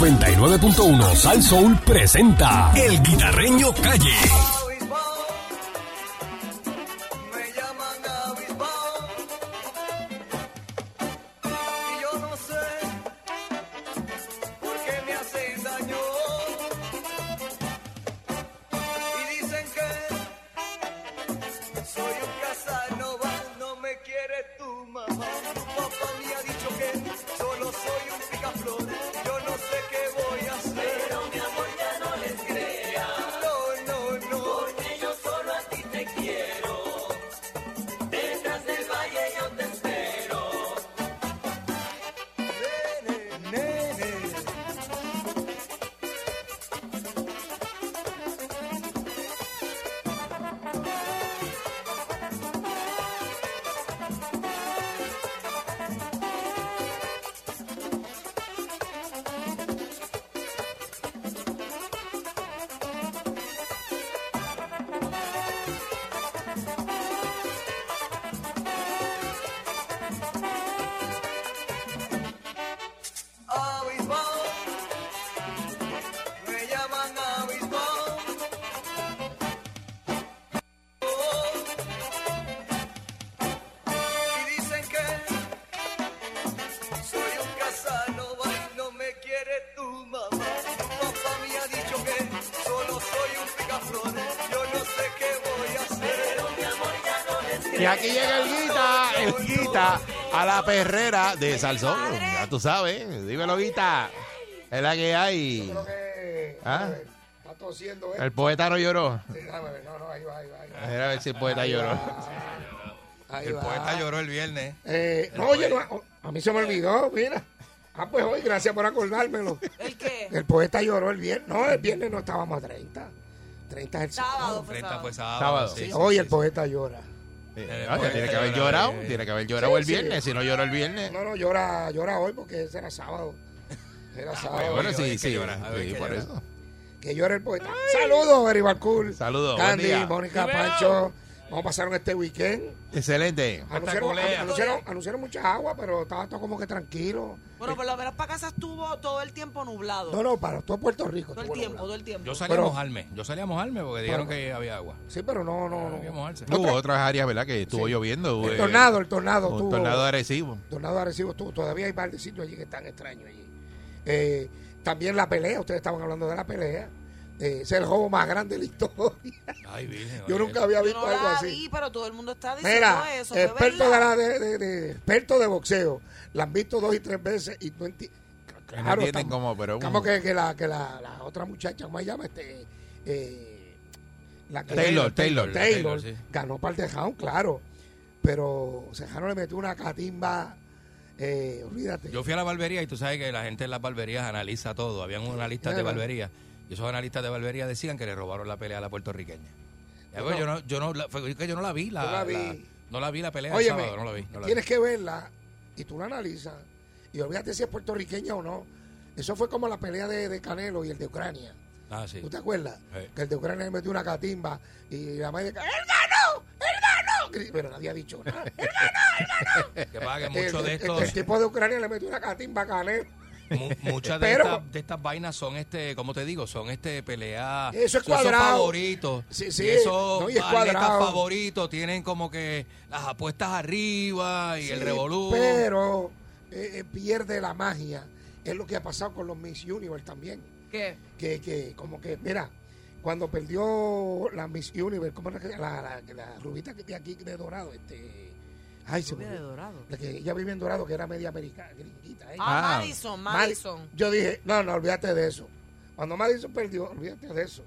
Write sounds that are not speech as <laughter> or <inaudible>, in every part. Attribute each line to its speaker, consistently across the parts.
Speaker 1: 99.1 Sal Soul presenta El Guitarreño Calle.
Speaker 2: Me llaman a Bilbao y yo no sé por qué me hacéis daño. Y dicen que soy un Casanova, no me quiere tu mamá. Tu papá me ha dicho que solo soy un picaflor. Yo no sé qué voy a hacer. Pero mi amor ya no les crea. No, no, no. Porque yo solo a ti te quiero. Detrás del valle yo te espero. Nene, nene. A Bisbao. Me llaman a Bisbao. Y dicen que soy un Casanova y no me quiere tu mamá. Tu papá me ha dicho que solo soy un picaflor. Yo no sé qué voy a hacer.
Speaker 3: Y aquí llega el guita, el guita a la perrera de Salsón. Ya tú sabes, dímelo guita. Es la que hay.
Speaker 4: que
Speaker 3: ¿Ah?
Speaker 4: está tosiendo esto.
Speaker 3: El poeta no lloró.
Speaker 4: Déjame ver, No, no, ahí va, ahí va. Ahí va.
Speaker 3: A ver, a ver si el poeta lloró.
Speaker 4: Ahí
Speaker 5: El
Speaker 4: va.
Speaker 5: poeta lloró el viernes.
Speaker 4: Eh, no, oye, no, oh, a mí se me olvidó, mira. Ah, pues hoy, gracias por acordármelo.
Speaker 6: ¿El qué?
Speaker 4: El poeta lloró el viernes. No, el viernes no estábamos a 30. 30 es el sábado.
Speaker 6: Sábado, por
Speaker 5: Frente fue
Speaker 6: favor.
Speaker 5: sábado.
Speaker 3: Sábado.
Speaker 5: sí, sí,
Speaker 4: hoy
Speaker 5: sí,
Speaker 4: el
Speaker 5: sí.
Speaker 4: poeta llora.
Speaker 3: Eh, no, que tiene que haber llorado, tiene que haber llorado el viernes. Si no lloró el viernes.
Speaker 4: No, no, llora, llora hoy porque ese era sábado.
Speaker 5: Ah,
Speaker 4: Era sábado.
Speaker 3: eh, Bueno,
Speaker 5: Hay
Speaker 3: sí,
Speaker 5: que
Speaker 3: sí.
Speaker 5: llorar, hay
Speaker 3: sí,
Speaker 5: que
Speaker 3: por
Speaker 5: llorar.
Speaker 3: eso.
Speaker 4: Que llora el poeta. Saludos, Eri Barcool.
Speaker 3: Saludos, buen
Speaker 4: Candy,
Speaker 3: día.
Speaker 4: Mónica, Pancho. ¿Cómo pasaron este weekend?
Speaker 3: Excelente.
Speaker 4: Anunciaron,
Speaker 5: colea.
Speaker 4: anunciaron, anunciaron mucha agua, pero estaba todo como que tranquilo.
Speaker 6: Bueno, por lo menos para casa estuvo todo el tiempo nublado.
Speaker 4: No, no, para todo Puerto Rico.
Speaker 6: todo el
Speaker 4: estuvo
Speaker 6: tiempo,
Speaker 4: nublado.
Speaker 6: todo el tiempo.
Speaker 5: Yo salí
Speaker 4: Pero-
Speaker 5: a mojarme. Yo salí a mojarme porque dijeron que había agua.
Speaker 4: Sí, pero no, no,
Speaker 5: Había que
Speaker 4: no.
Speaker 5: mojarse.
Speaker 3: Hubo otras áreas, ¿verdad? Que estuvo lloviendo.
Speaker 4: El
Speaker 3: eh,
Speaker 4: tornado, el tornado.
Speaker 3: Un
Speaker 4: tuvo-
Speaker 3: tornado agresivo.
Speaker 4: tornado de Arecibo estuvo. Todavía hay varios sitios allí que están extraños allí. Eh, también la pelea, ustedes estaban hablando de la pelea. Eh, es el juego más grande de la historia.
Speaker 5: Ay, virgen.
Speaker 4: Yo
Speaker 5: oye.
Speaker 4: nunca había
Speaker 6: Yo
Speaker 4: visto
Speaker 6: no
Speaker 4: algo
Speaker 6: la
Speaker 4: así.
Speaker 6: vi, pero todo el mundo está diciendo
Speaker 4: Mira,
Speaker 6: eso. fue
Speaker 4: experto de, la,
Speaker 6: verdad.
Speaker 4: de, de- de- experto de boxeo. La han visto dos y tres veces y tú enti-
Speaker 3: no
Speaker 4: Claro,
Speaker 3: entienden
Speaker 4: tam-
Speaker 3: cómo, pero es un-
Speaker 4: Como que, que la, que la, la otra muchacha, ¿cómo se llama? Este, eh, la que-
Speaker 3: Taylor, Taylor.
Speaker 4: Taylor,
Speaker 5: Taylor, sí.
Speaker 4: ganó para el tejado, claro. Pero Sejano le metió una catimba. Eh, olvídate.
Speaker 5: Yo fui a la barbería y tú sabes que la gente en las barberías analiza todo. Habían unos analistas de
Speaker 4: Claro.
Speaker 5: barbería. Y esos analistas de barbería decían que le robaron la pelea a la puertorriqueña. Y algo, yo no, yo no, la- fue que yo no la vi. La,
Speaker 4: Yo la vi.
Speaker 5: la- no la vi la pelea el
Speaker 4: Óyeme,
Speaker 5: sábado, no la vi. no la vi.
Speaker 4: tienes que verla y tú la analizas. Y olvídate si es puertorriqueña o no. Eso fue como la pelea de, de Canelo y el de Ucrania.
Speaker 5: Ah, sí.
Speaker 4: ¿Tú te acuerdas?
Speaker 5: Sí.
Speaker 4: Que el de Ucrania le metió una catimba y la madre de ¡Él ganó! ¡Él ganó! Gri- Pero nadie ha dicho
Speaker 5: <laughs>
Speaker 4: nada.
Speaker 5: Que pasa que
Speaker 4: El-
Speaker 5: muchos de
Speaker 4: el- el,
Speaker 5: estos,
Speaker 4: tipo de Ucrania le metió una catimba a Canelo.
Speaker 5: mu- muchas de,
Speaker 4: Pero-
Speaker 5: estas, de estas vainas son este, ¿cómo te digo? Son este pelea.
Speaker 4: Eso es
Speaker 5: son esos
Speaker 4: cuadrado.
Speaker 5: favoritos.
Speaker 4: Sí, sí.
Speaker 5: Y esos
Speaker 4: No, y es
Speaker 5: atletas
Speaker 4: cuadrado.
Speaker 5: favoritos tienen como que las apuestas arriba y el
Speaker 4: Sí,
Speaker 5: revolú.
Speaker 4: Pero eh, eh, pierde la magia. Es lo que ha pasado con los Miss Universe también.
Speaker 6: ¿Qué?
Speaker 4: Que, que como que, mira, cuando perdió la Miss Universe, ¿cómo era que- la, la, la rubita que de aquí de Dorado? Este, ay, se me
Speaker 6: Lluvia de
Speaker 4: olvidó.
Speaker 6: dorado.
Speaker 4: La que ella vive en Dorado, que era media americana, gringuita. ¿eh? ella.
Speaker 6: Ah,
Speaker 3: Ah.
Speaker 6: Madison,
Speaker 4: Mad-
Speaker 6: Madison.
Speaker 4: Yo dije, no, no, olvídate de eso. Cuando Madison perdió, olvídate de eso.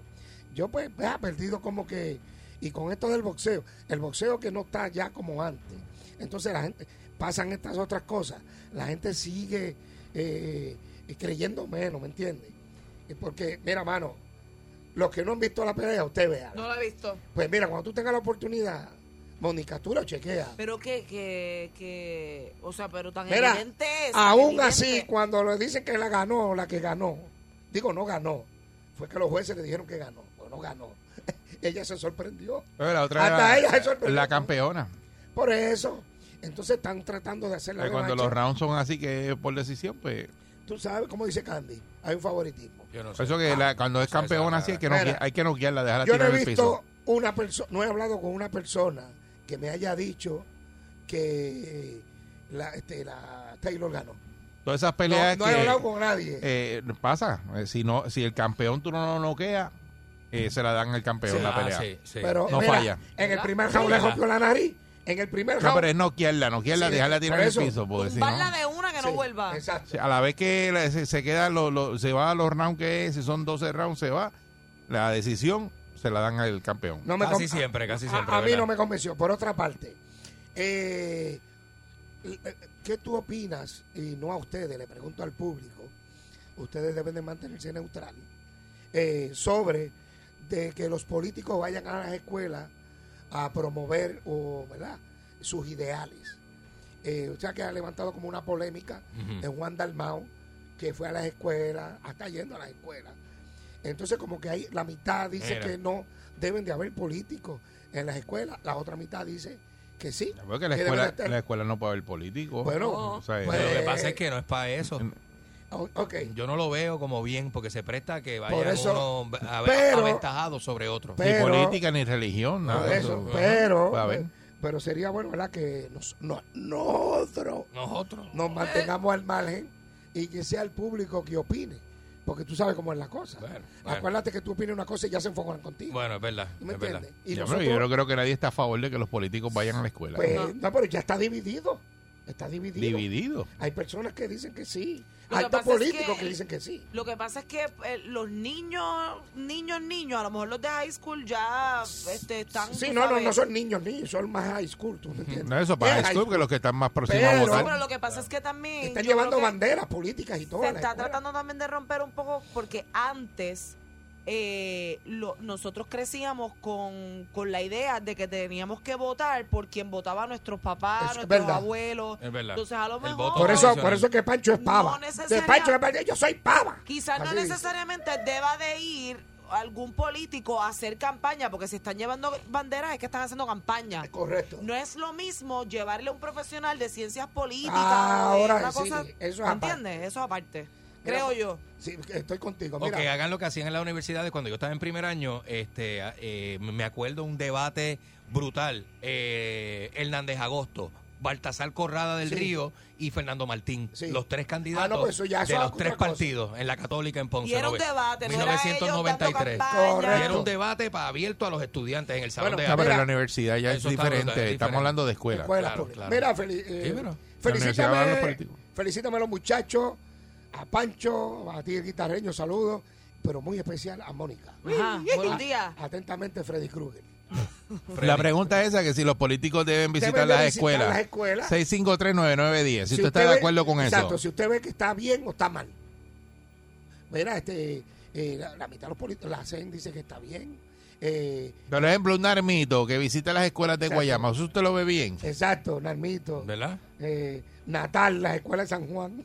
Speaker 4: Yo pues, pues, ha perdido como que, y con esto del boxeo, el boxeo que no está ya como antes. Entonces la gente, pasan estas otras cosas, la gente sigue eh, creyendo menos, ¿me entiendes? Y Porque, mira, mano, los que no han visto la pelea, usted vea.
Speaker 6: No la he visto.
Speaker 4: Pues mira, cuando tú tengas la oportunidad, Mónica, tú lo chequeas.
Speaker 6: Pero que, que, que, o sea, pero tan
Speaker 4: Mira,
Speaker 6: evidente es. tan
Speaker 4: aún
Speaker 6: evidente.
Speaker 4: así, cuando le dicen que la ganó, la que ganó, digo, no ganó, fue que los jueces le dijeron que ganó, o no ganó. <laughs> ella se sorprendió.
Speaker 3: Pero la otra era
Speaker 4: Hasta ella se sorprendió.
Speaker 3: la campeona.
Speaker 4: Por eso, entonces están tratando de hacer la
Speaker 3: Eh, Cuando
Speaker 4: revancha.
Speaker 3: los rounds son así que por decisión, pues
Speaker 4: tú sabes, como dice Candy, hay un favoritismo.
Speaker 5: Yo no sé.
Speaker 3: Eso que la- cuando es
Speaker 5: Eso, eso,
Speaker 3: campeona
Speaker 5: nada.
Speaker 3: así hay que, no,
Speaker 4: Mira,
Speaker 3: hay que noquearla, dejarla
Speaker 4: Yo no
Speaker 3: tirar
Speaker 4: he
Speaker 3: en el
Speaker 4: visto
Speaker 3: piso.
Speaker 4: una persona, no he hablado con una persona que me haya dicho que eh, la, este, la Taylor ganó.
Speaker 3: Todas esas
Speaker 4: No,
Speaker 3: peleas
Speaker 4: no
Speaker 3: que
Speaker 4: he hablado con nadie.
Speaker 3: eh, pasa, Eh, si no si el campeón tú no lo noqueas, eh, se la dan al campeón la
Speaker 5: Ah,
Speaker 3: pelea.
Speaker 5: sí, sí.
Speaker 4: pero
Speaker 3: no
Speaker 4: mira,
Speaker 3: falla.
Speaker 4: en el primer round le rompió la nariz. En el primer round.
Speaker 3: No, pero es noquearla, noquearla,
Speaker 4: Sí,
Speaker 3: dejarla
Speaker 4: por
Speaker 3: tirar en el
Speaker 4: eso.
Speaker 3: piso. porque si no-
Speaker 6: Tumbarla de una que no
Speaker 4: Sí,
Speaker 6: vuelva.
Speaker 4: Exacto.
Speaker 3: Sí, a la vez que la- se, se queda lo- lo- se va a los rounds que es, si son 12 rounds se va, la decisión se la dan al campeón.
Speaker 4: No me
Speaker 5: Casi
Speaker 4: con-
Speaker 5: siempre, casi
Speaker 4: a-
Speaker 5: siempre,
Speaker 4: A, mí
Speaker 5: ¿verdad?
Speaker 4: no me convenció. Por otra parte, eh, eh, ¿qué tú opinas? Y no a ustedes, le pregunto al público. Ustedes deben de mantenerse neutral. eh, sobre de que los políticos vayan a las escuelas a promover o, ¿verdad? sus ideales. Eh, o sea que ha levantado como una polémica en Juan Dalmau, que fue a las escuelas, hasta yendo a las escuelas. Entonces como que hay la mitad dice
Speaker 5: Mira.
Speaker 4: que no deben de haber políticos en las escuelas, la otra mitad dice que sí.
Speaker 3: Porque la
Speaker 4: que
Speaker 3: escuela,
Speaker 4: deben de estar.
Speaker 3: la escuela no puede haber políticos.
Speaker 4: Bueno,
Speaker 3: O sea,
Speaker 5: Pero
Speaker 4: pues-
Speaker 5: lo que
Speaker 4: Eh,
Speaker 5: pasa es que no es para eso.
Speaker 4: O- ok.
Speaker 5: Yo no lo veo como bien porque se presta a que
Speaker 4: Por
Speaker 5: vaya
Speaker 4: eso-
Speaker 5: uno a-
Speaker 4: pero-
Speaker 5: aventajado sobre otro.
Speaker 4: Pero-
Speaker 3: ni política ni religión, nada.
Speaker 4: Por
Speaker 3: de
Speaker 4: eso,
Speaker 3: eso.
Speaker 4: pero,
Speaker 3: Va a ver.
Speaker 4: pero sería bueno, ¿verdad? Que nos- no- nosotros
Speaker 5: Nosotros.
Speaker 4: nos mantengamos al margen y que sea el público que opine. Porque tú sabes cómo es la cosa.
Speaker 5: Bueno, bueno.
Speaker 4: Acuérdate que tú opinas una cosa y ya se enfocan contigo.
Speaker 5: Bueno, es verdad.
Speaker 4: ¿Tú ¿Me
Speaker 5: es verdad.
Speaker 4: entiendes? Y
Speaker 3: Ya, pero
Speaker 4: nosotros,
Speaker 3: yo no creo que nadie está a favor de que los políticos vayan a la escuela.
Speaker 4: pues, no. pero ya está dividido. Está dividido.
Speaker 3: Dividido.
Speaker 4: Hay personas que dicen que sí.
Speaker 6: Lo que
Speaker 4: Hay
Speaker 6: pasa es
Speaker 4: políticos
Speaker 6: que-
Speaker 4: que... dicen que sí.
Speaker 6: Lo que pasa es que eh, los niños, niños, niños, a lo mejor los de high school ya este, están.
Speaker 4: Sí,
Speaker 6: tú
Speaker 4: no, no,
Speaker 6: sabes.
Speaker 4: no son niños, niños, son más high school, ¿tú me entiendes?
Speaker 3: No, eso para
Speaker 4: Es
Speaker 3: high school, que los que están más próximos
Speaker 4: eh, Pero-
Speaker 3: a
Speaker 6: No,
Speaker 3: votar.
Speaker 6: pero lo que pasa es que también.
Speaker 4: Están
Speaker 6: yo
Speaker 4: llevando
Speaker 6: creo que-
Speaker 4: banderas políticas y todo. a
Speaker 6: se
Speaker 4: la
Speaker 6: está
Speaker 4: escuela.
Speaker 6: tratando también de romper un poco porque antes eh, lo- nosotros crecíamos con, con la idea de que teníamos que votar por quien votaba nuestros papás,
Speaker 4: Eso es
Speaker 6: nuestros
Speaker 4: verdad.
Speaker 6: abuelos.
Speaker 5: Es verdad.
Speaker 6: Entonces a lo
Speaker 5: El
Speaker 6: mejor
Speaker 5: voto
Speaker 4: Por eso,
Speaker 5: tradicional.
Speaker 4: por eso es que Pancho es
Speaker 6: No
Speaker 4: pava.
Speaker 6: necesaria-
Speaker 4: de Pancho es pava, yo soy pava.
Speaker 6: quizás no
Speaker 4: Así dice.
Speaker 6: necesariamente deba de ir algún político a hacer campaña porque si están llevando banderas es que están haciendo campaña.
Speaker 4: Es correcto.
Speaker 6: No es lo mismo llevarle a un profesional de ciencias políticas.
Speaker 4: Ah,
Speaker 6: o de
Speaker 4: ahora
Speaker 6: otra
Speaker 4: sí,
Speaker 6: cosa,
Speaker 4: eso es aparte.
Speaker 6: ¿Entiendes? Eso aparte.
Speaker 4: Mira,
Speaker 6: Creo yo.
Speaker 4: Sí, estoy contigo.
Speaker 5: O
Speaker 4: Ah, Mira,
Speaker 5: que hagan lo que hacían en la universidad cuando yo estaba en primer año, este, a- eh, me acuerdo un debate brutal, eh, Hernández Agosto, Baltasar Corrada del
Speaker 4: Sí.
Speaker 5: Río y Fernando Martín,
Speaker 4: Sí.
Speaker 5: los tres candidatos
Speaker 4: Ah, no, pues eso ya, eso
Speaker 5: de
Speaker 4: es
Speaker 5: los
Speaker 4: otra
Speaker 5: tres
Speaker 4: cosa.
Speaker 5: partidos en la Católica en Ponce.
Speaker 6: Y era un
Speaker 5: nove-
Speaker 6: debate, no era ellos dando
Speaker 5: 1993.
Speaker 6: campaña.
Speaker 5: Y era
Speaker 4: Correcto.
Speaker 5: un debate para abierto a los estudiantes en el salón
Speaker 4: Bueno,
Speaker 5: de
Speaker 3: Ah, pero
Speaker 4: Mira, Pues,
Speaker 3: en la universidad ya es
Speaker 5: eso está
Speaker 3: diferente.
Speaker 5: brutal, es
Speaker 3: Estamos
Speaker 5: diferente.
Speaker 3: hablando de escuela.
Speaker 4: escuelas
Speaker 5: claro,
Speaker 4: públicas.
Speaker 5: claro.
Speaker 4: Mira, feli- eh,
Speaker 5: Sí, pero-
Speaker 3: La universidad va a los
Speaker 4: felicítame,
Speaker 3: políticos.
Speaker 4: felicítame a los muchachos, a Pancho, a ti el guitarreño, saludos, pero muy especial a Mónica.
Speaker 6: Ajá, buenos días.
Speaker 4: Atentamente, Freddy Krueger.
Speaker 3: La pregunta es esa, que si los políticos deben visitar,
Speaker 4: Deben de
Speaker 3: las,
Speaker 4: visitar
Speaker 3: escuelas.
Speaker 4: las escuelas.
Speaker 3: 6539910, si, usted está
Speaker 4: ve-
Speaker 3: de acuerdo con
Speaker 4: Exacto, si
Speaker 3: eso.
Speaker 4: usted ve que está bien o está mal. Mira, este, eh, la, la mitad de los políticos, la CEN dice que está bien. Eh,
Speaker 3: Por ejemplo, un armito que visita las escuelas de
Speaker 4: Exacto. Eh,
Speaker 3: Guayama, ¿eso usted lo ve bien?
Speaker 4: exacto, Narmito.
Speaker 5: ¿Verdad?
Speaker 4: eh, Natal, la escuela de San Juan.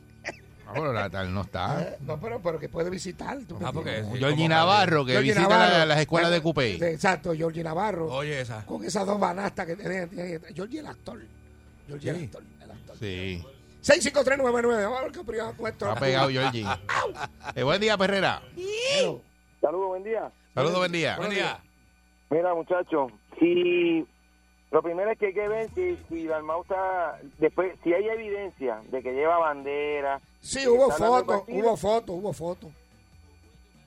Speaker 3: Ah, bueno, la tal no está.
Speaker 4: Eh, No, pero, pero que puede visitar. ¿tú me
Speaker 5: Ah, porque-
Speaker 4: entiendes?
Speaker 5: sí,
Speaker 3: Georgie
Speaker 5: como-
Speaker 3: Navarro que
Speaker 4: Georgie
Speaker 3: visita
Speaker 4: Navarro.
Speaker 3: la- las escuelas de
Speaker 4: Sí,
Speaker 3: Coupé.
Speaker 4: Exacto, Georgie Navarro.
Speaker 5: Oye, esa.
Speaker 4: Con esas dos banastas que tiene. tiene- Georgie el actor. Georgie el
Speaker 5: Sí.
Speaker 4: actor. El actor.
Speaker 3: Sí,
Speaker 4: 65399. Vamos a ver qué opinión con esto.
Speaker 3: está pegado Georgie.
Speaker 4: <laughs>
Speaker 3: Eh, buen día, Perrera.
Speaker 4: Pero,
Speaker 7: Saludos, buen día.
Speaker 3: Saludos, buen día.
Speaker 5: Buen día.
Speaker 7: Mira, muchachos, si lo primero es que hay que ver si, si la Almauta, después, si hay evidencia de que lleva bandera,
Speaker 4: Sí, hubo
Speaker 7: Está hablando
Speaker 4: fotos,
Speaker 7: del partido.
Speaker 4: hubo fotos, hubo fotos.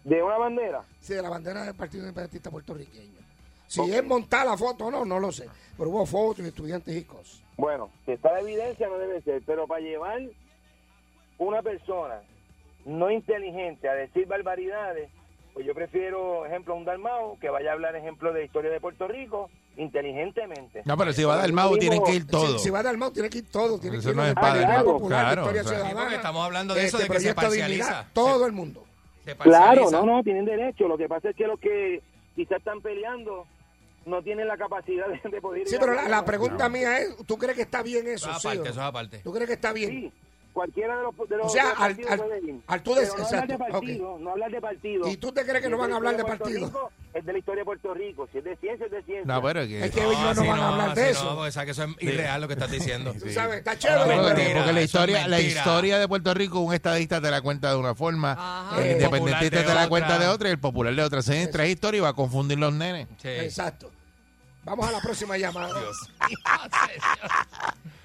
Speaker 7: de una bandera,
Speaker 4: Sí, de la bandera del Partido Independentista Puertorriqueño. Si es montar la foto o no, no lo sé. Pero hubo fotos y estudiantes y cosas.
Speaker 7: bueno, si está la evidencia no debe ser, pero para llevar una persona no inteligente a decir barbaridades, pues yo prefiero, ejemplo, un Dalmao que vaya a hablar, ejemplo, de historia de Puerto Rico inteligentemente.
Speaker 3: No, pero si va del mago tienen que ir
Speaker 4: Si,
Speaker 3: todos.
Speaker 4: si va del Mao, tiene que ir todo. Tiene
Speaker 3: Eso
Speaker 4: que ir
Speaker 3: no
Speaker 4: los
Speaker 3: es
Speaker 4: de
Speaker 7: padre,
Speaker 4: Partido
Speaker 7: claro,
Speaker 4: Popular,
Speaker 3: claro,
Speaker 4: Victoria
Speaker 3: o sea.
Speaker 4: Ciudadana, Este
Speaker 5: Sí, porque estamos hablando de eso de que se
Speaker 4: Proyecto Dignidad,
Speaker 5: parcializa.
Speaker 4: Todo el mundo.
Speaker 5: Se
Speaker 7: Claro,
Speaker 5: parcializa.
Speaker 7: no, no, tienen derecho. Lo que pasa es que los que quizás están peleando no tienen la capacidad de, de poder. ir
Speaker 4: Sí,
Speaker 7: a
Speaker 4: pero la, la
Speaker 7: pelear.
Speaker 4: pregunta mía es, ¿tú crees que está bien eso?
Speaker 5: Eso es
Speaker 4: sí o
Speaker 5: aparte,
Speaker 4: no?
Speaker 5: eso es aparte.
Speaker 4: ¿Tú crees que está bien?
Speaker 7: Sí, Cualquiera de los, de los
Speaker 4: O sea,
Speaker 7: de los
Speaker 4: al-
Speaker 7: partidos
Speaker 4: al-
Speaker 7: puede ir.
Speaker 4: al tú des-
Speaker 7: Pero no hablar de
Speaker 4: exacto,
Speaker 7: partido, no hablar de partido.
Speaker 4: ¿Y tú te crees que no
Speaker 7: Si es
Speaker 4: van a hablar de
Speaker 7: historia Puerto
Speaker 4: partido?
Speaker 7: Rico, es de la historia de Puerto Rico. Si es de ciencia, es de ciencia.
Speaker 3: No, pero es que.
Speaker 4: Es que ellos no
Speaker 5: así
Speaker 4: van a hablar de
Speaker 5: así
Speaker 4: eso.
Speaker 5: Ah, No, porque sabes que eso es irreal lo que estás
Speaker 4: <laughs>
Speaker 5: diciendo.
Speaker 4: Tú sabes, está
Speaker 5: No,
Speaker 3: No,
Speaker 4: chévere.
Speaker 3: porque-
Speaker 4: pero-
Speaker 5: mentira,
Speaker 3: porque la
Speaker 5: eso es
Speaker 3: historia, la
Speaker 5: mentira.
Speaker 3: historia de Puerto Rico, un estadista te la cuenta de una forma,
Speaker 6: Ajá.
Speaker 3: el
Speaker 4: El
Speaker 3: independentista
Speaker 5: popular de
Speaker 3: te la
Speaker 5: otra.
Speaker 3: cuenta de otra y el popular de otra. Se tres historias y va a confundir los nenes.
Speaker 5: Sí.
Speaker 4: Exacto. Vamos a la próxima llamada.
Speaker 5: Dios.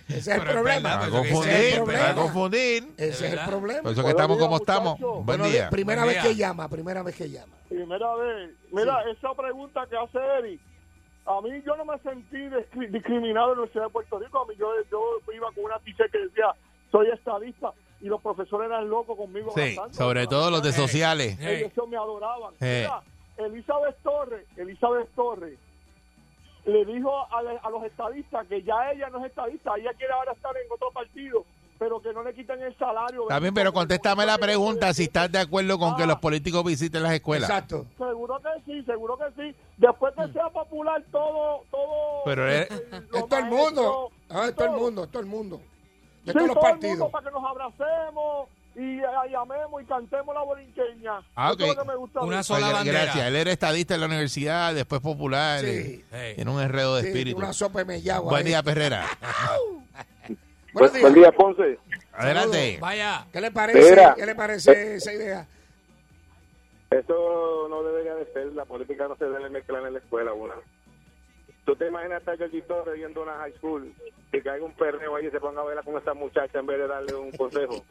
Speaker 4: Ese es el
Speaker 5: Pero es
Speaker 4: problema.
Speaker 5: verdad,
Speaker 3: Va a
Speaker 5: pero eso que
Speaker 4: ese
Speaker 3: confundir,
Speaker 4: es el
Speaker 3: va a
Speaker 4: problema.
Speaker 3: confundir.
Speaker 4: Ese es el
Speaker 5: verdad. Pues
Speaker 3: Por
Speaker 4: problema.
Speaker 3: Pues eso que
Speaker 7: Buenos
Speaker 3: estamos
Speaker 7: días,
Speaker 3: como estamos.
Speaker 7: muchachos.
Speaker 3: Buen
Speaker 4: Bueno,
Speaker 3: día.
Speaker 4: Primera
Speaker 5: Buen
Speaker 4: vez
Speaker 5: día.
Speaker 4: que llama, primera vez que llama.
Speaker 8: Primera vez. Mira, esa pregunta que hace Eric, a mí yo no me sentí discri- discriminado en la Universidad de Puerto Rico. A mí yo, yo iba con una t que decía, soy estadista, y los profesores eran locos conmigo.
Speaker 3: Sí,
Speaker 8: abrazando.
Speaker 3: sobre todo los de
Speaker 5: Sí.
Speaker 3: sociales.
Speaker 5: Hey.
Speaker 8: Ellos me adoraban.
Speaker 3: Eh.
Speaker 8: Mira, Elizabeth Torres, Elizabeth Torres, le dijo a, la- a los estadistas que ya ella no es estadista, ella quiere ahora estar en otro partido, pero que no le quiten el salario. Ah,
Speaker 3: También, pero contéstame la pregunta si estás de acuerdo con
Speaker 7: Ah.
Speaker 3: que los políticos visiten las escuelas.
Speaker 4: Exacto.
Speaker 8: Seguro que sí, seguro que sí. Después que sea popular todo, todo.
Speaker 3: Mm. Pero es-
Speaker 8: los
Speaker 4: Es todo el mundo.
Speaker 8: maestros,
Speaker 4: Ah, es todo el mundo, es todo el mundo. De
Speaker 8: Sí,
Speaker 4: todos los
Speaker 8: todo el mundo
Speaker 4: partidos.
Speaker 8: para que nos abracemos y eh, y amemos y cantemos la borinqueña.
Speaker 3: Ah,
Speaker 8: Eso es
Speaker 3: ok.
Speaker 8: lo que me gusta a mí.
Speaker 5: Una sola
Speaker 3: Pues,
Speaker 5: bandera.
Speaker 3: Gracias, él era estadista en la universidad, después popular.
Speaker 4: Sí.
Speaker 3: eh,
Speaker 5: Hey.
Speaker 3: Tiene un enredo de
Speaker 4: Sí,
Speaker 3: espíritu.
Speaker 4: una sopa de mellagua.
Speaker 3: Buen
Speaker 4: ahí.
Speaker 3: día, Perrera.
Speaker 4: Buenos días.
Speaker 7: Ponce.
Speaker 3: Adelante.
Speaker 5: Vaya.
Speaker 4: ¿Qué le parece?
Speaker 7: Mira.
Speaker 4: ¿Qué le parece esa idea?
Speaker 7: Eso no debería de ser, la política no se debe mezclar en la escuela, una. ¿Tú te imaginas estar Georgie Torres viendo una high school y caiga un perreo ahí y se ponga a bailar con esta muchacha en vez de darle un consejo?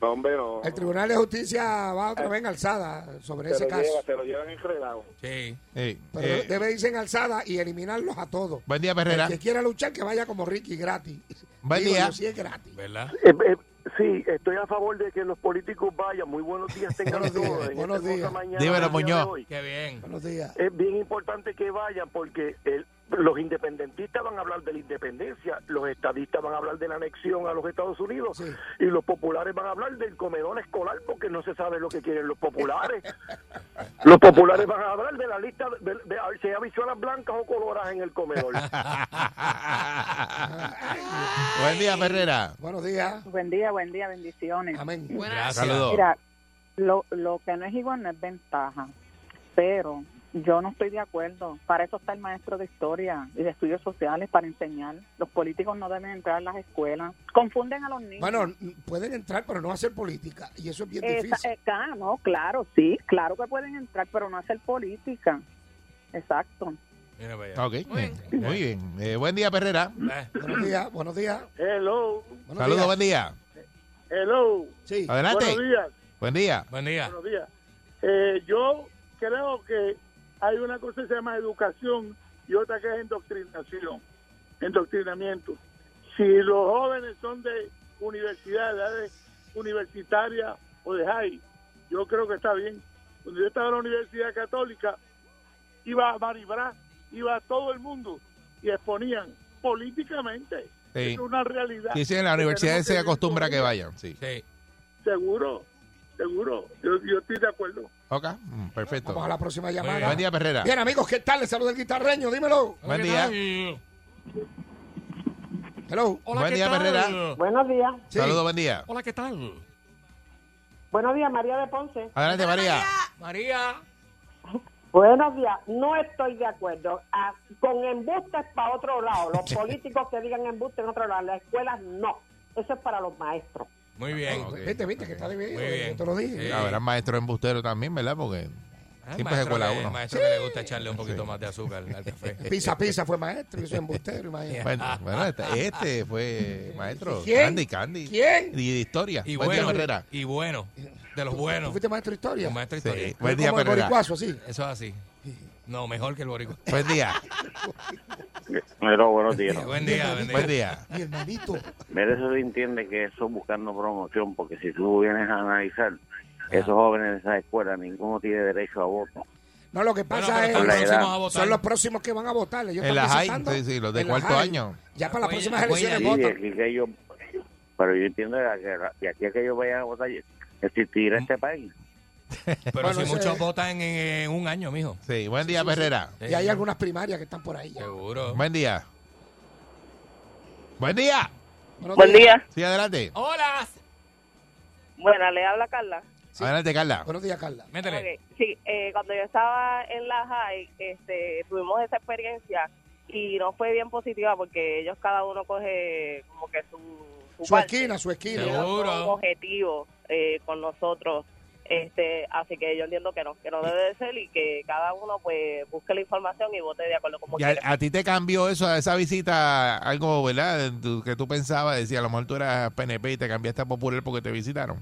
Speaker 7: No, hombre, no.
Speaker 4: El Tribunal de Justicia va otra vez en alzada sobre
Speaker 7: Se
Speaker 4: ese
Speaker 7: lo, lleva,
Speaker 4: caso.
Speaker 7: se lo llevan enredado.
Speaker 5: Sí.
Speaker 3: Sí,
Speaker 4: Pero
Speaker 3: eh,
Speaker 4: debe irse en alzada y eliminarlos a todos.
Speaker 3: buen día,
Speaker 4: El
Speaker 3: Perrera.
Speaker 4: que quiera luchar, que vaya como Ricky gratis.
Speaker 3: <laughs> Buen
Speaker 4: Digo
Speaker 3: día.
Speaker 4: yo, sí es gratis.
Speaker 5: ¿Verdad?
Speaker 8: Eh, eh, sí, estoy a favor de que los políticos vayan. Muy buenos días, tengan
Speaker 4: Buenos días,
Speaker 8: todos. en
Speaker 4: buenos
Speaker 8: esta hermosa
Speaker 4: días.
Speaker 8: mañana
Speaker 3: Dímelo,
Speaker 8: del día
Speaker 3: Muñoz.
Speaker 8: de hoy.
Speaker 5: Qué bien.
Speaker 4: Buenos días.
Speaker 8: Es bien importante que vayan porque el- los independentistas van a hablar de la independencia, los estadistas van a hablar de la anexión a los Estados Unidos
Speaker 4: Sí.
Speaker 8: y los populares van a hablar del comedor escolar porque no se sabe lo que quieren los populares. los populares van a hablar de la lista de, de, a ver si hay habichuelas blancas o coloradas en el
Speaker 3: <laughs>
Speaker 8: comedor.
Speaker 3: <laughs> buen día, Perrera.
Speaker 4: Buenos días.
Speaker 9: Buen día, buen día, bendiciones.
Speaker 4: Amén.
Speaker 5: Gracias.
Speaker 3: Saludos.
Speaker 9: Mira, lo, lo que no es igual no es ventaja, pero yo no estoy de acuerdo. Para eso está el maestro de historia y de estudios sociales, para enseñar. Los políticos no deben entrar a las escuelas. Confunden a los niños.
Speaker 4: Bueno, n- pueden entrar, pero no hacer política. Y eso es bien
Speaker 9: Esa-
Speaker 4: difícil.
Speaker 9: eh, ah, no, claro, sí, claro que pueden entrar, pero no hacer política. Exacto.
Speaker 5: Mira para allá.
Speaker 3: Ok, muy bien. Eh, buen día, Perrera.
Speaker 5: Eh,
Speaker 4: Buenos días, buenos días.
Speaker 8: Hello,
Speaker 4: buenos
Speaker 3: Saludos,
Speaker 4: días.
Speaker 3: buen día.
Speaker 8: hello.
Speaker 4: Sí.
Speaker 3: Adelante.
Speaker 8: días.
Speaker 3: Buen día.
Speaker 5: Buen día.
Speaker 8: Buenos días. Eh, yo creo que hay una cosa que se llama educación y otra que es indoctrinación, endoctrinamiento. Si los jóvenes son de universidades, de edades universitarias o de high, yo creo que está bien. Cuando yo estaba en la Universidad Católica, iba a Maribra, iba a todo el mundo y exponían políticamente.
Speaker 3: Sí.
Speaker 8: Es una realidad.
Speaker 3: Sí, sí, en la
Speaker 8: Que
Speaker 3: universidad
Speaker 8: tenemos
Speaker 3: se
Speaker 8: que
Speaker 3: acostumbra a que
Speaker 8: vivir con
Speaker 3: vayan. Sí.
Speaker 5: Sí.
Speaker 8: ella. Seguro, seguro. Yo- yo estoy de acuerdo.
Speaker 3: Ok, mm, perfecto.
Speaker 4: Vamos a la próxima
Speaker 5: bien.
Speaker 4: llamada.
Speaker 3: Buen día, Perrera.
Speaker 4: Bien, amigos, ¿qué tal? Les saluda el guitarreño, dímelo.
Speaker 3: Buen
Speaker 5: ¿Qué
Speaker 3: día.
Speaker 5: tal?
Speaker 4: Hello.
Speaker 5: Hola,
Speaker 3: Buen
Speaker 5: ¿qué
Speaker 3: día,
Speaker 5: tal?
Speaker 3: Perrera.
Speaker 9: Buenos días.
Speaker 4: Sí.
Speaker 3: Saludos, buen día.
Speaker 5: Hola, ¿qué tal?
Speaker 9: Buenos días, María de Ponce.
Speaker 3: Adelante, María.
Speaker 5: María.
Speaker 9: Buenos días. No estoy de acuerdo. Ah, con embustes para otro lado.
Speaker 3: <laughs>
Speaker 9: Los políticos que digan embustes en otro lado. Las escuelas no. Eso es para los maestros.
Speaker 5: Muy bien. Ah,
Speaker 3: Ok.
Speaker 4: Viste, viste, que está dividido.
Speaker 5: Muy bien. Eh,
Speaker 4: Yo te lo dije.
Speaker 5: Sí.
Speaker 3: Habrá maestro embustero también, ¿verdad? Porque
Speaker 5: Ah,
Speaker 3: siempre se
Speaker 5: maestro
Speaker 3: cuela
Speaker 5: que-
Speaker 3: uno.
Speaker 5: Maestro que le gusta
Speaker 3: <laughs>
Speaker 5: echarle un poquito más de azúcar al café.
Speaker 4: Pisa, pisa,
Speaker 5: eh.
Speaker 4: fue maestro, yo soy
Speaker 5: <laughs>
Speaker 4: embustero, imagínate.
Speaker 3: Bueno, bueno, este, este fue maestro.
Speaker 4: ¿Quién?
Speaker 3: Candy, Candy.
Speaker 4: ¿Quién?
Speaker 3: Y de historia.
Speaker 5: Y
Speaker 3: buen
Speaker 5: bueno.
Speaker 3: día, Perrera.
Speaker 5: Y bueno. De los
Speaker 4: ¿Tú
Speaker 5: buenos.
Speaker 4: fuiste maestro de historia?
Speaker 5: Un maestro
Speaker 3: Sí,
Speaker 5: historia.
Speaker 3: Buen día,
Speaker 4: Como el
Speaker 3: Perrera.
Speaker 4: boricuazo, así.
Speaker 5: Eso es así. No, mejor que el boricua.
Speaker 3: Buen día.
Speaker 10: Pero buenos días.
Speaker 5: Buen día, buen día.
Speaker 3: Buen día.
Speaker 4: Mi hermanito.
Speaker 10: Mira, eso se entiende que eso es buscando promoción, porque si tú vienes a analizar, esos jóvenes de esa escuela, ninguno tiene derecho a voto.
Speaker 4: No, lo que
Speaker 5: Bueno,
Speaker 4: pasa
Speaker 5: pero están
Speaker 10: la
Speaker 4: es.
Speaker 10: edad.
Speaker 5: próximos a votar.
Speaker 4: Son los próximos que van a votar. ellos
Speaker 3: En
Speaker 4: están
Speaker 3: la high,
Speaker 4: visitando
Speaker 3: sí, sí, los de
Speaker 4: en la
Speaker 3: cuarto
Speaker 4: high.
Speaker 3: año.
Speaker 4: Ya para las
Speaker 5: Acuérdate,
Speaker 4: próximas elecciones
Speaker 10: Sí,
Speaker 5: acuérdate.
Speaker 10: de
Speaker 4: votan.
Speaker 10: aquí que ellos- pero yo entiendo que de aquí a que ellos vayan a votar, existirá este país.
Speaker 5: Pero
Speaker 4: Bueno,
Speaker 5: si
Speaker 4: ese-
Speaker 5: muchos votan en, en un año, mijo.
Speaker 3: Sí, buen día, Perrera.
Speaker 4: Y hay algunas primarias que están por ahí. ya.
Speaker 5: Seguro.
Speaker 3: Buen día. Buen día.
Speaker 4: Buenos
Speaker 9: Buen
Speaker 4: días.
Speaker 9: día.
Speaker 5: Oh,
Speaker 3: Sí, adelante.
Speaker 5: Hola.
Speaker 11: Bueno, le habla Carla.
Speaker 3: Adelante, Carla.
Speaker 4: Buenos días, Carla.
Speaker 11: Ok, Sí, eh, cuando yo estaba en la high, este, tuvimos esa experiencia y no fue bien positiva porque ellos cada uno coge como que su,
Speaker 4: Su
Speaker 11: parte.
Speaker 4: esquina, su esquina.
Speaker 11: Ellos son objetivos eh, con nosotros. Este, así que yo entiendo que no, que no debe de ser y que cada uno pues busque la información y vote de acuerdo como
Speaker 3: Y a,
Speaker 11: quiera.
Speaker 3: a ti te cambió eso, a esa visita, algo, ¿verdad? Tú- que tú pensabas, decía, a lo mejor tú eras PNP y te cambiaste a Popular porque te visitaron.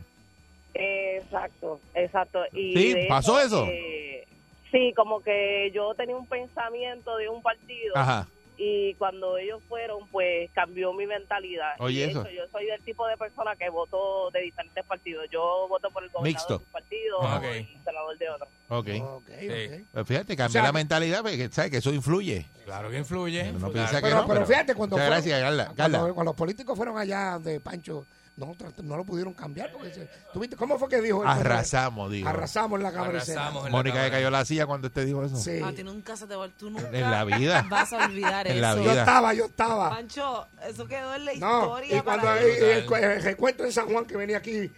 Speaker 11: Exacto, exacto. Y
Speaker 3: Sí,
Speaker 11: de
Speaker 3: ¿pasó eso?
Speaker 11: eh, sí, como que yo tenía un pensamiento de un partido
Speaker 3: Ajá.
Speaker 11: y cuando ellos fueron, pues cambió mi mentalidad.
Speaker 3: Oye,
Speaker 11: Y de
Speaker 3: eso.
Speaker 11: hecho, Yo soy del tipo de persona que voto de diferentes partidos. Yo voto por el gobernador
Speaker 3: Mixto.
Speaker 11: de un partido
Speaker 3: Ah,
Speaker 11: y el senador de otro.
Speaker 3: Ok.
Speaker 5: Sí.
Speaker 3: Pues fíjate, cambió
Speaker 5: O sea,
Speaker 3: la mentalidad, porque sabes que eso influye.
Speaker 5: Claro que influye.
Speaker 3: No
Speaker 5: Claro.
Speaker 3: piensa que
Speaker 4: Pero-
Speaker 3: no.
Speaker 4: pero fíjate, cuando
Speaker 3: Muchas
Speaker 4: fue-
Speaker 3: Gracias, Carla.
Speaker 4: Cuando,
Speaker 3: Carla.
Speaker 4: cuando los políticos fueron allá de Pancho, no, tra- no lo pudieron cambiar. Porque se- ¿tú viste? ¿Cómo fue que dijo? él?
Speaker 3: Arrasamos, dijo.
Speaker 4: Arrasamos en la Cámara de
Speaker 5: Arrasamos
Speaker 4: Senado.
Speaker 3: Mónica le cayó la silla cuando usted dijo eso.
Speaker 4: Sí.
Speaker 6: A ti nunca se te va, Ah, tú nunca
Speaker 3: En la vida.
Speaker 6: vas a olvidar
Speaker 3: En
Speaker 6: eso.
Speaker 3: la vida. Yo estaba,
Speaker 4: yo estaba.
Speaker 6: Pancho, eso quedó en la
Speaker 4: No,
Speaker 6: historia.
Speaker 4: y cuando
Speaker 6: para
Speaker 4: y- y
Speaker 6: ti.
Speaker 4: el, cu- el recuento en San Juan que venía aquí,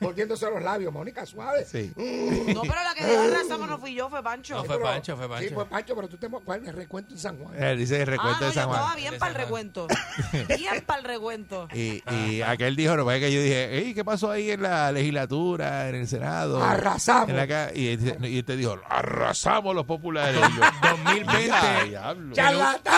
Speaker 4: mordiéndose los labios, Mónica, suave. <laughs>
Speaker 6: No, pero la que dio arrasamos no fui yo, fue Pancho.
Speaker 5: No, fue Pancho, fue Pancho.
Speaker 4: Sí, fue Pancho, pero tú te mo- ¿cuál es el recuento en San Juan?
Speaker 3: Él Eh, dice el
Speaker 6: Ah,
Speaker 3: recuento de San
Speaker 6: Estaba
Speaker 3: Juan.
Speaker 6: bien para el recuento. Bien para el recuento.
Speaker 3: Y, y aquel dijo, lo que pasa es que yo dije, "Ey, ¿qué pasó ahí en la legislatura, en el Senado?
Speaker 4: Arrasamos.
Speaker 3: En la ca-?" y, él dice- y usted dijo, arrasamos los populares.
Speaker 4: <laughs>
Speaker 3: Y yo,
Speaker 5: 2020,
Speaker 3: "Ya, diablo".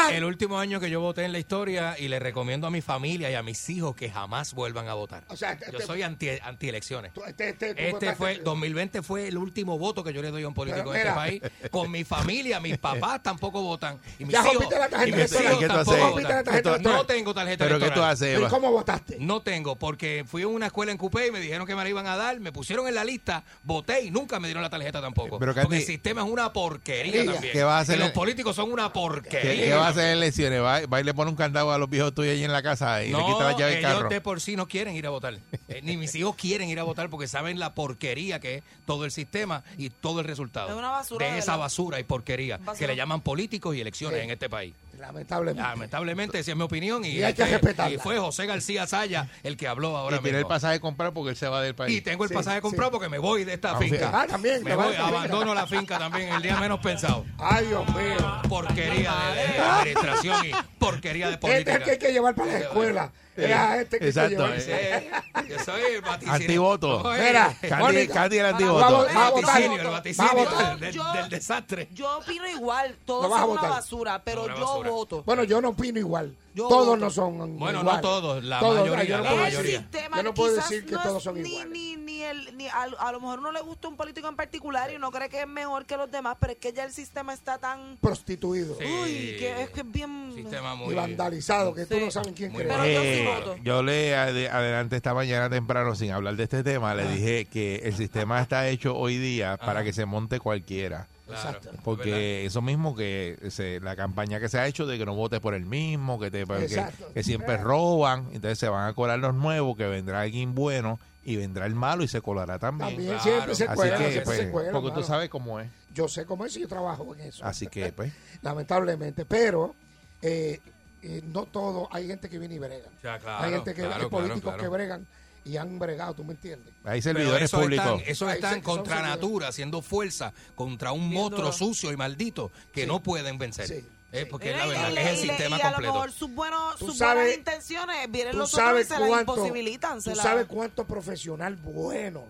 Speaker 5: el, el último año que yo voté en la historia y le recomiendo a mi familia y a mis hijos que jamás vuelvan a votar.
Speaker 4: O sea,
Speaker 5: yo
Speaker 3: este
Speaker 5: soy anti, antielecciones.
Speaker 4: Este, este, tú
Speaker 5: Este
Speaker 4: votaste-
Speaker 5: fue, 2020 fue el último voto que yo le doy a un político
Speaker 4: Pero
Speaker 5: de este país.
Speaker 4: mira.
Speaker 5: Con mi familia, mis papás tampoco votan. Y mis
Speaker 4: Ya
Speaker 5: hijos,
Speaker 4: rompiste la tarjeta
Speaker 5: y mis
Speaker 3: electoral.
Speaker 5: hijos
Speaker 3: ¿Qué tú
Speaker 5: tampoco
Speaker 3: haces?
Speaker 5: votan.
Speaker 3: ¿Rompiste la tarjeta electoral?
Speaker 5: No tengo tarjeta
Speaker 3: ¿Pero qué tú
Speaker 5: electoral.
Speaker 3: haces, Eva? ¿Y cómo
Speaker 4: votaste?
Speaker 5: No tengo, porque fui a una escuela en Coupé y me dijeron que me la iban a dar, me pusieron en la lista, voté y nunca me dieron la tarjeta tampoco.
Speaker 3: Pero,
Speaker 5: porque
Speaker 3: Candy,
Speaker 5: el sistema es una porquería
Speaker 3: ¿Qué
Speaker 5: también.
Speaker 3: vas a hacer
Speaker 5: Y los
Speaker 3: en-
Speaker 5: políticos son una
Speaker 3: ¿Qué,
Speaker 5: porquería.
Speaker 3: qué va a hacer en elecciones? ¿Va, va y le pone un candado a los viejos tuyos ahí en la casa y le
Speaker 5: No,
Speaker 3: quita la llave del
Speaker 5: ellos
Speaker 3: carro.
Speaker 5: de por sí no quieren ir a votar. Eh, ni mis hijos quieren ir a votar porque saben la porquería que es todo el sistema y todo el resultado.
Speaker 6: Es una basura,
Speaker 5: De
Speaker 6: de
Speaker 5: esa
Speaker 6: verdad.
Speaker 5: basura y porquería que
Speaker 6: Basura.
Speaker 5: le llaman políticos y elecciones
Speaker 4: Sí.
Speaker 5: en este país.
Speaker 4: Lamentablemente.
Speaker 5: Lamentablemente, esa es mi opinión. Y,
Speaker 4: Y hay que
Speaker 5: este-
Speaker 4: respetarla.
Speaker 5: y fue José García Saya el que habló ahora
Speaker 3: Y tiene el
Speaker 5: mismo.
Speaker 3: pasaje comprado porque él se va del país.
Speaker 5: Y tengo el
Speaker 3: Sí,
Speaker 5: pasaje comprado porque me voy de esta
Speaker 3: Ah,
Speaker 5: finca.
Speaker 3: fíjate. Ah,
Speaker 4: también,
Speaker 5: Me
Speaker 4: te vas
Speaker 5: voy,
Speaker 4: de la finca.
Speaker 5: abandono la finca también el día menos pensado.
Speaker 4: Ay, Dios mío.
Speaker 5: Porquería de, de administración y porquería de
Speaker 4: Este
Speaker 5: política.
Speaker 4: es el que hay que llevar para la escuela. Era este que
Speaker 3: Exacto,
Speaker 4: hay que llevar.
Speaker 3: eh.
Speaker 5: Yo soy el vaticinio.
Speaker 3: Antivoto.
Speaker 5: Oye,
Speaker 4: Mira,
Speaker 3: Candy-
Speaker 4: Mónica,
Speaker 3: Candy era
Speaker 4: va-
Speaker 3: antivoto.
Speaker 4: va- va a
Speaker 5: el
Speaker 4: votar.
Speaker 5: vaticinio, el
Speaker 4: Va a
Speaker 5: vaticinio
Speaker 4: votar.
Speaker 5: del,
Speaker 6: Yo-
Speaker 5: del desastre.
Speaker 6: Yo opino igual, todo
Speaker 4: No
Speaker 6: es
Speaker 4: vas a
Speaker 6: una
Speaker 4: votar.
Speaker 6: basura, pero
Speaker 5: No, una
Speaker 6: yo
Speaker 5: basura.
Speaker 6: voto.
Speaker 4: Bueno, yo no opino igual.
Speaker 6: Yo
Speaker 4: todos
Speaker 6: voto.
Speaker 4: no son
Speaker 5: Bueno, no
Speaker 4: iguales.
Speaker 5: todos, la mayoría,
Speaker 4: yo no
Speaker 5: la
Speaker 4: puedo
Speaker 5: mayoría.
Speaker 4: decir-
Speaker 6: El sistema
Speaker 4: Yo no puedo
Speaker 6: quizás
Speaker 4: decir que
Speaker 6: no
Speaker 4: todos
Speaker 6: es
Speaker 4: son
Speaker 6: ni,
Speaker 4: iguales.
Speaker 6: Ni, ni el, ni a, a lo mejor no le gusta un político en particular y no cree que es mejor que los demás, pero es que ya el sistema está tan...
Speaker 4: Prostituidos
Speaker 6: Uy, que es que es bien...
Speaker 5: Sistema
Speaker 4: y
Speaker 5: muy.
Speaker 4: vandalizados que tú no sabes quién
Speaker 5: muy
Speaker 4: crees.
Speaker 6: mal. Pero yo sí
Speaker 3: Eh,
Speaker 6: voto.
Speaker 3: yo le ade- adelanté esta mañana temprano sin hablar de este tema, le dije que el sistema está hecho hoy día para que se monte cualquiera.
Speaker 5: Claro,
Speaker 3: Porque
Speaker 5: ¿verdad?
Speaker 3: eso mismo que se- la campaña que se ha hecho de que no votes por el mismo, que, te, que,
Speaker 4: Exacto.
Speaker 3: que siempre roban, entonces se van a colar los nuevos, que vendrá alguien bueno y vendrá el malo y se colará también.
Speaker 4: También
Speaker 5: claro.
Speaker 4: siempre se
Speaker 3: Así
Speaker 4: cuela,
Speaker 3: que,
Speaker 4: siempre
Speaker 3: pues,
Speaker 4: se cuela,
Speaker 3: porque
Speaker 4: mano.
Speaker 3: tú sabes cómo es.
Speaker 4: Yo sé cómo es y yo trabajo en eso.
Speaker 3: Así que, pues,
Speaker 4: <laughs> Lamentablemente. Pero eh, eh, no todo. Hay gente que viene y brega.
Speaker 5: Ya, claro,
Speaker 4: hay gente que
Speaker 5: claro,
Speaker 4: hay
Speaker 5: claro,
Speaker 4: políticos
Speaker 5: claro.
Speaker 4: que bregan y han bregado, ¿tú me entiendes?
Speaker 3: hay
Speaker 5: Pero
Speaker 3: servidores
Speaker 5: eso
Speaker 3: públicos.
Speaker 5: Están, eso
Speaker 4: Ahí
Speaker 5: están
Speaker 4: se- son
Speaker 5: contra
Speaker 4: servidores.
Speaker 5: natura, haciendo fuerza contra un
Speaker 6: Bien
Speaker 5: monstruo
Speaker 6: duro.
Speaker 5: sucio y maldito que no pueden vencer.
Speaker 4: Sí,
Speaker 5: Eh, Porque es
Speaker 6: Mira,
Speaker 5: la
Speaker 6: y
Speaker 5: verdad, que
Speaker 6: le-
Speaker 5: es el
Speaker 6: y le-
Speaker 5: sistema
Speaker 6: y a lo
Speaker 5: completo.
Speaker 6: mejor sus, buenos,
Speaker 4: Tú
Speaker 6: sus
Speaker 4: sabes-
Speaker 6: buenas intenciones vienen
Speaker 4: Tú
Speaker 6: los otros y
Speaker 4: sabes
Speaker 6: se las
Speaker 4: cuánto,
Speaker 6: imposibilitan. se
Speaker 4: tú
Speaker 6: las-
Speaker 4: sabes cuántos profesional bueno,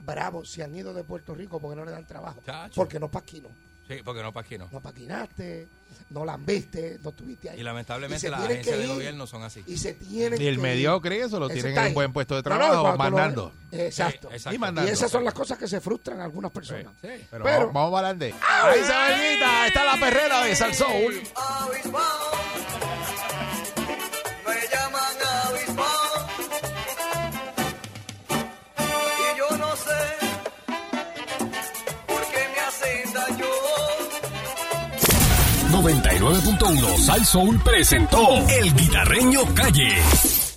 Speaker 4: bravo, se han ido de Puerto Rico porque no le dan trabajo.
Speaker 5: Chacho.
Speaker 4: Porque no paquino.
Speaker 5: Sí, porque no, para aquí no.
Speaker 4: No paquinaste, no lambiste, no estuviste ahí.
Speaker 5: Y
Speaker 4: se
Speaker 5: lamentablemente las
Speaker 4: tienen
Speaker 5: agencias
Speaker 4: que
Speaker 5: de
Speaker 4: ir,
Speaker 5: gobierno son así.
Speaker 4: Y se tienen
Speaker 3: Y el
Speaker 4: que
Speaker 3: mediocre, eso lo
Speaker 4: Ese
Speaker 3: tienen
Speaker 4: está
Speaker 3: en
Speaker 4: ahí.
Speaker 3: buen puesto de
Speaker 4: No, no,
Speaker 3: trabajo,
Speaker 4: cuando tú lo-
Speaker 3: mandando.
Speaker 4: Exacto.
Speaker 5: Sí, Eh, exacto.
Speaker 3: Y
Speaker 4: Y
Speaker 3: mandando.
Speaker 4: esas son las cosas que se frustran a algunas personas.
Speaker 5: Sí.
Speaker 3: Pero,
Speaker 4: Pero-
Speaker 3: vamos, vamos para adelante. Ahí se va Elguita, está la perrera de Salsoul.
Speaker 2: Abisbao. Me llaman Abisbao. Y yo no sé por qué me hacen daño.
Speaker 1: 99.1 Sal Soul presentó El Guitarreño Calle.